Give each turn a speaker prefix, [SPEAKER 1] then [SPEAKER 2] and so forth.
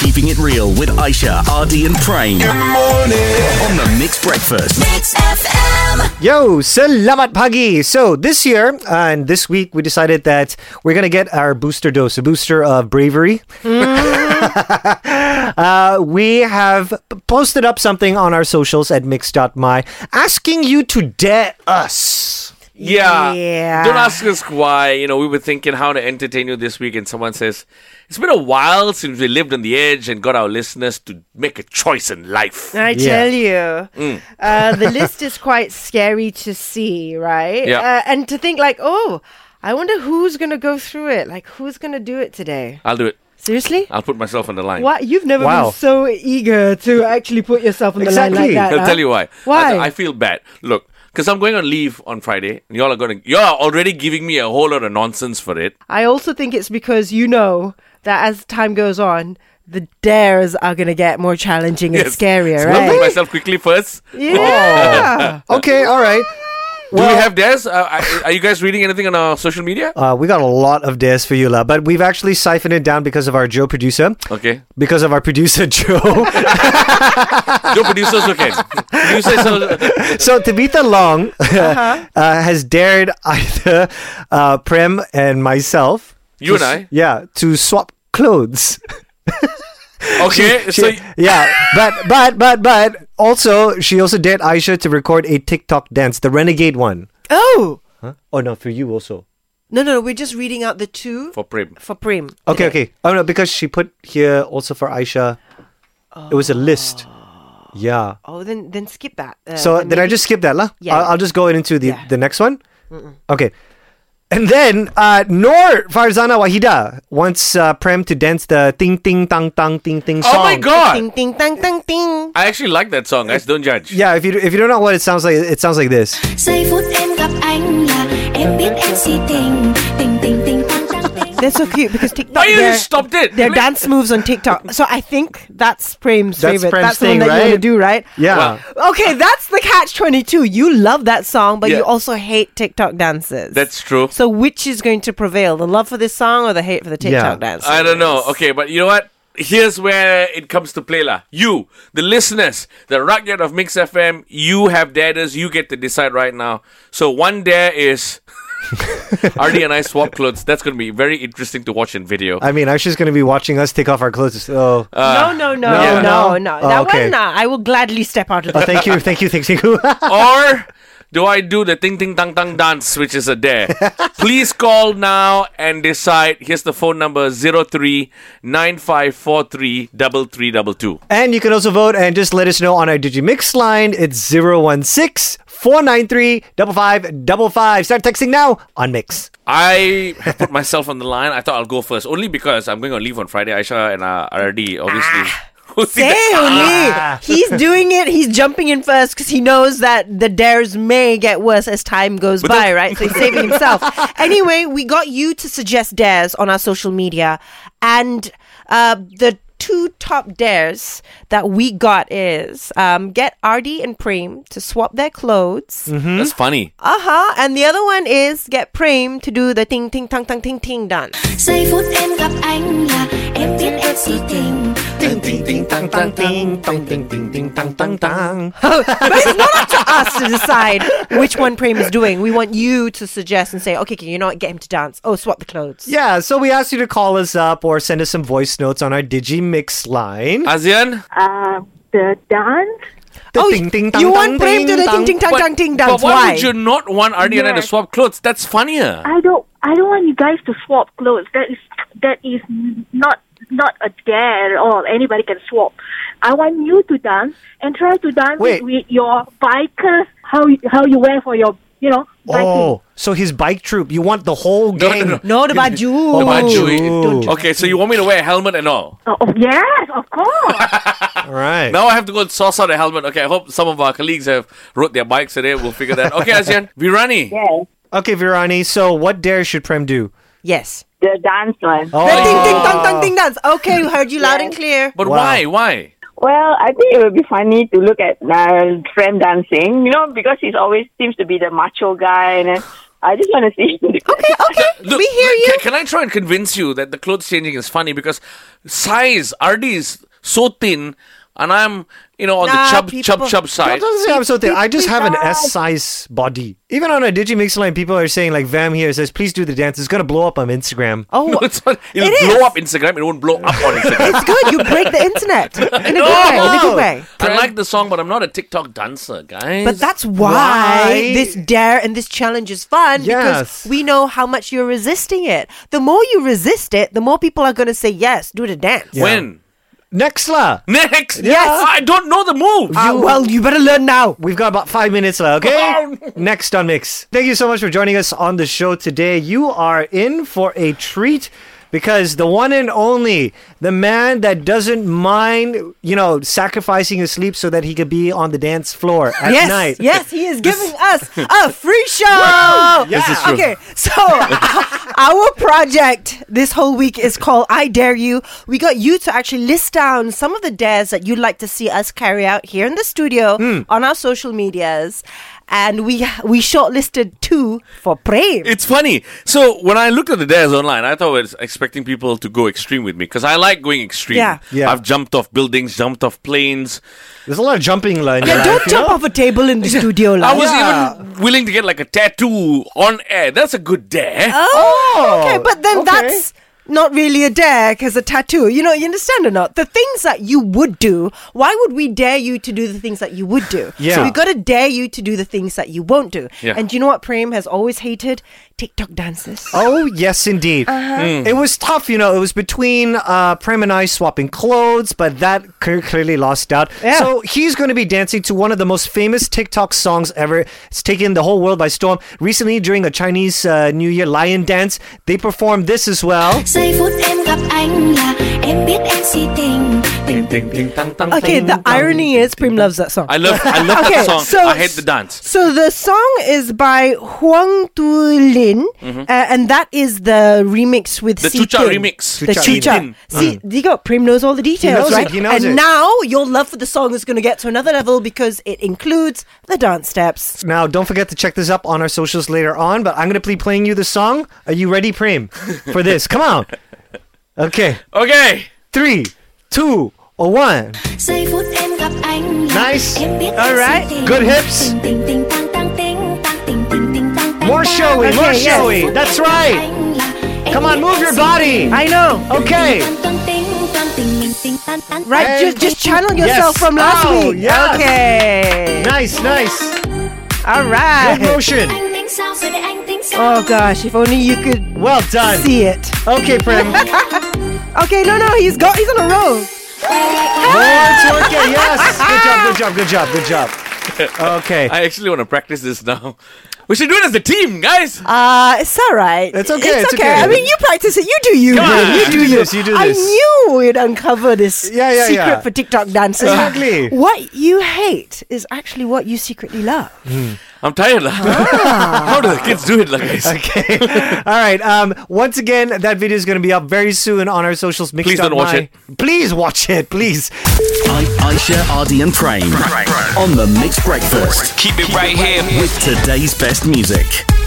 [SPEAKER 1] Keeping it real with Aisha, Ardy, and Prane. Good morning. On the Mixed Breakfast.
[SPEAKER 2] Mix FM.
[SPEAKER 3] Yo, salamat pagi. So this year uh, and this week, we decided that we're gonna get our booster dose, a booster of bravery. uh, we have p- posted up something on our socials at mix.my asking you to dare us.
[SPEAKER 4] Yeah.
[SPEAKER 2] Yeah.
[SPEAKER 4] Don't ask us why. You know, we were thinking how to entertain you this week, and someone says, It's been a while since we lived on the edge and got our listeners to make a choice in life.
[SPEAKER 5] I
[SPEAKER 3] Yeah.
[SPEAKER 5] tell you,
[SPEAKER 4] Mm.
[SPEAKER 5] uh, the list is quite scary to see, right?
[SPEAKER 4] Yeah.
[SPEAKER 5] Uh, and to think like, oh, I wonder who's gonna go through it. Like, who's gonna do it today?
[SPEAKER 4] I'll do it.
[SPEAKER 5] Seriously?
[SPEAKER 4] I'll put myself on the line.
[SPEAKER 5] What? You've never
[SPEAKER 3] Wow.
[SPEAKER 5] been so eager to actually put yourself on the line
[SPEAKER 3] Exactly.
[SPEAKER 5] like that.
[SPEAKER 4] I'll
[SPEAKER 5] huh?
[SPEAKER 4] tell you why.
[SPEAKER 5] Why?
[SPEAKER 4] I, I feel bad. Look, because I'm going on leave on Friday, and y'all are going to, y'all are already giving me a whole lot of nonsense for it.
[SPEAKER 5] I also think it's because you know that as time goes on, the dares are gonna get more challenging and
[SPEAKER 4] Yes.
[SPEAKER 5] scarier,
[SPEAKER 4] So I'll put
[SPEAKER 5] right?
[SPEAKER 4] myself quickly first.
[SPEAKER 5] Yeah.
[SPEAKER 3] Okay, all right.
[SPEAKER 4] do we have dares? Uh, are- are you guys reading anything on our social media?
[SPEAKER 3] Uh, we got a lot of dares for you, La, but we've actually siphoned it down because of our Joe producer.
[SPEAKER 4] Okay.
[SPEAKER 3] Because of our producer Joe.
[SPEAKER 4] Your producers, okay. You say so.
[SPEAKER 3] so Tabitha Long uh has dared either uh, Prem and myself.
[SPEAKER 4] You and
[SPEAKER 3] to-
[SPEAKER 4] I?
[SPEAKER 3] Yeah, to swap clothes.
[SPEAKER 4] Okay. so,
[SPEAKER 3] She- yeah, but but but but also she also dared Aisha to record a TikTok dance, the renegade one.
[SPEAKER 5] oh
[SPEAKER 3] Oh no, for you also.
[SPEAKER 5] no, no, no. We're just reading out the two
[SPEAKER 4] for
[SPEAKER 5] for,
[SPEAKER 4] Prim.
[SPEAKER 5] Prim.
[SPEAKER 3] Okay, okay. Oh no, because she put here also for Aisha. It was a list. Yeah.
[SPEAKER 5] Oh, then then skip that. Uh,
[SPEAKER 3] So
[SPEAKER 5] then
[SPEAKER 3] did I
[SPEAKER 5] maybe-
[SPEAKER 3] just skip that, lah?
[SPEAKER 5] Yeah,
[SPEAKER 3] I'll,
[SPEAKER 5] yeah.
[SPEAKER 3] I'll just go into the,
[SPEAKER 5] Yeah.
[SPEAKER 3] the next one. Okay. And then uh, Nor Farzana Wahida wants uh, Prem to dance the ting ting tang tang ting ting song.
[SPEAKER 4] Oh my
[SPEAKER 5] Ting
[SPEAKER 4] god!
[SPEAKER 5] ting tang tang ting.
[SPEAKER 4] I actually like that song, guys. Don't judge.
[SPEAKER 3] Yeah, if you if you don't know what it sounds like, it sounds like this.
[SPEAKER 2] Giây phút em gặp anh là em biết em si tình. Tình tình tình tăng tăng tình.
[SPEAKER 5] They're so cute because TikTok.
[SPEAKER 4] Why you
[SPEAKER 5] they're-
[SPEAKER 4] stopped it?
[SPEAKER 5] Their
[SPEAKER 4] Let-
[SPEAKER 5] dance moves on TikTok. So I think that's Prem's
[SPEAKER 3] That's
[SPEAKER 5] favorite.
[SPEAKER 3] Prem's
[SPEAKER 5] that's the
[SPEAKER 3] thing,
[SPEAKER 5] one that you want to
[SPEAKER 3] right?
[SPEAKER 5] do, right?
[SPEAKER 3] Yeah.
[SPEAKER 4] Wow.
[SPEAKER 5] Okay, that's the catch twenty two. You love that song, but
[SPEAKER 4] Yeah.
[SPEAKER 5] you also hate TikTok dances.
[SPEAKER 4] That's true.
[SPEAKER 5] so which is going to prevail, the love for this song or the hate for the TikTok dance?
[SPEAKER 4] I don't know. Okay, but you know what? Here's where it comes to play, lah. You, the listeners, the rugged of Mix FM, you have dares. You get to decide right now. So one dare is Ardy and I swap clothes. That's going to be very interesting to watch in video.
[SPEAKER 3] I mean, Aisha's gonna be watching us take off our clothes. So
[SPEAKER 4] Uh,
[SPEAKER 5] no, no, no,
[SPEAKER 3] Yeah.
[SPEAKER 5] no, no,
[SPEAKER 3] no? Oh,
[SPEAKER 5] That
[SPEAKER 3] okay.
[SPEAKER 5] one, nah, I will gladly step out of
[SPEAKER 3] Oh,
[SPEAKER 5] that.
[SPEAKER 3] thank you, thank you, thank you.
[SPEAKER 4] or do I do the ting ting tang tang dance, which is a dare? Please call now and decide. Here's the phone number 03 9543 3322.
[SPEAKER 3] and you can also vote and just let us know on our Digimix line. It's 016 493 5555. Start texting now on Mix.
[SPEAKER 4] I have put myself on the line. I thought I'll go first, only because I'm going on leave on Friday. Aisha and uh, RD, obviously. Who's the- Ah,
[SPEAKER 5] Say Ah, only. He's doing it. He's jumping in first because he knows that the dares may get worse as time goes by, right? So he's saving himself. anyway, we got you to suggest dares on our social media, and uh, the two top dares that we got is um, get Ardi and Prem to swap their clothes.
[SPEAKER 4] That's funny.
[SPEAKER 5] Uh huh. And the other one is get Prem to do the ting ting tang tang ting ting dance.
[SPEAKER 2] Giây phút em gặp anh là em biết em si tình.
[SPEAKER 5] But it's not up to us to decide which one Prem is doing. We want you to suggest and say, okay, okay, you know what, get him to dance. Oh, swap the clothes.
[SPEAKER 3] Yeah, so we asked you to call us up or send us some voice notes on our Digimix line.
[SPEAKER 4] ASEAN?
[SPEAKER 5] ah,
[SPEAKER 6] uh, the dance.
[SPEAKER 5] Oh,
[SPEAKER 3] Ting, ting, tang,
[SPEAKER 5] you
[SPEAKER 3] tang,
[SPEAKER 5] want Prem
[SPEAKER 3] ting,
[SPEAKER 5] to the ting
[SPEAKER 3] tang.
[SPEAKER 5] ting tang tang ting dance.
[SPEAKER 4] but why,
[SPEAKER 5] Why?
[SPEAKER 4] would you not want RD and I to
[SPEAKER 6] Yes.
[SPEAKER 4] swap clothes? That's funnier.
[SPEAKER 6] I don't. I don't want you guys to swap clothes. That is that is not not a dare at all. Anybody can swap. I want you to dance and try to dance
[SPEAKER 3] Wait.
[SPEAKER 6] with your bikers. How you- how you wear for your you know biking.
[SPEAKER 3] Oh, so his bike troop. You want the whole
[SPEAKER 4] No, no,
[SPEAKER 3] gang.
[SPEAKER 4] no.
[SPEAKER 5] No, the baju.
[SPEAKER 4] Oh,
[SPEAKER 3] No.
[SPEAKER 4] but you-
[SPEAKER 3] Don't do
[SPEAKER 4] okay, so you want me to wear a helmet and all?
[SPEAKER 6] Oh, oh, yes, of course.
[SPEAKER 3] All right.
[SPEAKER 4] Now I have to go and source out a helmet. Okay, I hope some of our colleagues have rode their bikes today. We'll figure that. Okay, ASEAN, Virani.
[SPEAKER 3] Okay, Virani, so what dare should Prem do?
[SPEAKER 5] Yes.
[SPEAKER 6] the dance one.
[SPEAKER 3] Oh,
[SPEAKER 5] The ting ting tang tang ting dance. Okay, we heard you loud and clear.
[SPEAKER 4] But
[SPEAKER 3] Wow.
[SPEAKER 4] why? Why?
[SPEAKER 7] Well, I think it would be funny to look at uh, Prem dancing, you know, because he's always seems to be the macho guy, and then I just want to see.
[SPEAKER 5] Okay, okay.
[SPEAKER 4] Look,
[SPEAKER 5] we hear
[SPEAKER 4] look,
[SPEAKER 5] you.
[SPEAKER 4] Can, can I try and convince you that the clothes changing is funny because size RD is so thin, and I'm you know on
[SPEAKER 5] Nah,
[SPEAKER 4] the chub
[SPEAKER 5] people-
[SPEAKER 4] chub chub side.
[SPEAKER 3] Don't say I'm so thin. I just have an S size body. Even on a Digimix line, people are saying like Vam here says, please do the dance. It's gonna blow up on Instagram.
[SPEAKER 5] Oh,
[SPEAKER 4] No, it's not, it'll
[SPEAKER 5] It
[SPEAKER 4] blow
[SPEAKER 5] is.
[SPEAKER 4] up Instagram. It won't blow up on Instagram.
[SPEAKER 5] it's good. You break the internet in a
[SPEAKER 4] No!
[SPEAKER 5] good way. In a good way.
[SPEAKER 4] I like the song, but I'm not a TikTok dancer, guys.
[SPEAKER 5] But that's
[SPEAKER 3] Why?
[SPEAKER 5] why this dare and this challenge is fun
[SPEAKER 3] Yes.
[SPEAKER 5] because we know how much you're resisting it. The more you resist it, the more people are going to say yes, do the dance.
[SPEAKER 4] when
[SPEAKER 3] Next la.
[SPEAKER 4] next.
[SPEAKER 5] Yes.
[SPEAKER 4] I don't know the move.
[SPEAKER 5] Ah, well, you better learn now.
[SPEAKER 3] We've got about five minutes left, okay? Next on Mix. Thank you so much for joining us on the show today. You are in for a treat because the one and only, the man that doesn't mind, you know, sacrificing his sleep so that he could be on the dance floor at
[SPEAKER 5] yes,
[SPEAKER 3] night.
[SPEAKER 5] yes, he is giving us a free show.
[SPEAKER 4] This is true.
[SPEAKER 5] Okay, so our project this whole week is called I Dare You. We got you to actually list down some of the dares that you'd like to see us carry out here in the studio on our social medias. And we we shortlisted two for Prem.
[SPEAKER 4] It's funny. So when I looked at the dares online, I thought I was expecting people to go extreme with me because I like going extreme.
[SPEAKER 5] Yeah.
[SPEAKER 3] Yeah.
[SPEAKER 4] I've jumped off buildings, jumped off planes.
[SPEAKER 3] There's a lot of jumping line.
[SPEAKER 5] Yeah, don't jump off a table in the studio,
[SPEAKER 4] I
[SPEAKER 5] like.
[SPEAKER 4] was even willing to get like a tattoo on air. That's a good dare.
[SPEAKER 5] Oh,
[SPEAKER 3] Oh,
[SPEAKER 5] okay, but then
[SPEAKER 3] okay.
[SPEAKER 5] that's not really a dare because a tattoo. You know, you understand or not? The things that you would do. Why would we dare you to do the things that you would do?
[SPEAKER 3] Yeah.
[SPEAKER 5] So we got to dare you to do the things that you won't do.
[SPEAKER 4] Yeah.
[SPEAKER 5] And do you know what Prem has always hated? TikTok dances.
[SPEAKER 3] Oh yes, indeed.
[SPEAKER 5] Uh-huh.
[SPEAKER 3] Mm. It was tough, you know. It was between uh, Prem and I swapping clothes, but that cl- clearly lost out.
[SPEAKER 5] Yeah.
[SPEAKER 3] So he's going to be dancing to one of the most famous TikTok songs ever. It's taken the whole world by storm. Recently, during a Chinese uh, New Year lion dance, they performed this as well.
[SPEAKER 2] giây phút em gặp anh là em biết em si tình tình
[SPEAKER 5] Okay, the irony is Prem loves that song.
[SPEAKER 4] I love I love
[SPEAKER 5] Okay,
[SPEAKER 4] that song.
[SPEAKER 5] so-
[SPEAKER 4] I hate the dance.
[SPEAKER 5] So the song is by Huang Tu Lin, uh, and that is the remix with
[SPEAKER 4] Mm-hmm. The
[SPEAKER 5] Si
[SPEAKER 4] Chucha
[SPEAKER 5] Ting.
[SPEAKER 4] remix. Mm.
[SPEAKER 5] The
[SPEAKER 3] Chucha
[SPEAKER 5] Chucha.
[SPEAKER 4] Lin.
[SPEAKER 5] See, you got Prem knows all the details,
[SPEAKER 3] knows it,
[SPEAKER 5] right?
[SPEAKER 3] he knows
[SPEAKER 5] and
[SPEAKER 3] it.
[SPEAKER 5] now your love for the song is going to get to another level because it includes the dance steps.
[SPEAKER 3] Now, don't forget to check this up on our socials later on. But I'm going to be playing you the song. Are you ready, Prem, for this? Come on. Okay,
[SPEAKER 4] Okay.
[SPEAKER 3] three, two, or one.
[SPEAKER 2] giây phút em gặp anh là
[SPEAKER 3] Nice.
[SPEAKER 2] em biết em
[SPEAKER 3] Alright.
[SPEAKER 2] si tình
[SPEAKER 3] Good hips.
[SPEAKER 2] tình tình tình tăng tăng tình tăng tình tình tình tăng tăng
[SPEAKER 3] More
[SPEAKER 2] tăng.
[SPEAKER 3] showy, more
[SPEAKER 2] Giây phút
[SPEAKER 3] showy.
[SPEAKER 2] em
[SPEAKER 3] That's
[SPEAKER 2] gặp
[SPEAKER 3] right.
[SPEAKER 2] anh là em
[SPEAKER 3] Come on,
[SPEAKER 2] biết
[SPEAKER 3] move
[SPEAKER 2] em
[SPEAKER 3] your
[SPEAKER 2] si
[SPEAKER 3] body.
[SPEAKER 2] tình.
[SPEAKER 5] I know,
[SPEAKER 3] Okay.
[SPEAKER 2] Tăng tăng tình tăng tình tình tình tăng tăng
[SPEAKER 5] right?
[SPEAKER 3] Hey.
[SPEAKER 5] Just just channel yourself
[SPEAKER 3] Yes.
[SPEAKER 5] from last
[SPEAKER 3] Oh,
[SPEAKER 5] week.
[SPEAKER 3] yes.
[SPEAKER 5] Okay,
[SPEAKER 3] Nice, nice.
[SPEAKER 5] all
[SPEAKER 3] Good
[SPEAKER 5] right.
[SPEAKER 3] motion.
[SPEAKER 2] anh tính sao giờ để anh tính sao
[SPEAKER 5] Oh gosh, if only you could
[SPEAKER 3] Well done.
[SPEAKER 5] see it.
[SPEAKER 3] Okay, Prem. More
[SPEAKER 5] Okay, no, no, he's got he's on a roll.
[SPEAKER 3] to okay. Yes. Good job. Good job. Good job. Good job. Okay.
[SPEAKER 4] I actually want to practice this now. We should do it as a team, guys.
[SPEAKER 5] Uh, it's all right.
[SPEAKER 3] It's okay,
[SPEAKER 5] It's,
[SPEAKER 3] it's
[SPEAKER 5] okay.
[SPEAKER 3] okay.
[SPEAKER 5] I mean, you practice it. You do you.
[SPEAKER 4] Come on.
[SPEAKER 5] You
[SPEAKER 3] You do this. You do
[SPEAKER 5] I
[SPEAKER 3] this.
[SPEAKER 5] knew we'd uncover this
[SPEAKER 3] Yeah, yeah,
[SPEAKER 5] secret
[SPEAKER 3] yeah.
[SPEAKER 5] for TikTok dances.
[SPEAKER 3] Exactly.
[SPEAKER 5] What you hate is actually what you secretly love.
[SPEAKER 4] I'm tired. lah.
[SPEAKER 5] Ah.
[SPEAKER 4] How do the kids do it, like guys?
[SPEAKER 3] Okay. All right. Um. Once again, that video is going to be up very soon on our socials. Mixed
[SPEAKER 4] Please don't
[SPEAKER 3] Up
[SPEAKER 4] watch
[SPEAKER 3] My. Please watch it. Please.
[SPEAKER 1] I- Aisha, Ardy, and Prane on the Mixed Breakfast
[SPEAKER 8] Keep it right here.
[SPEAKER 1] with today's best music.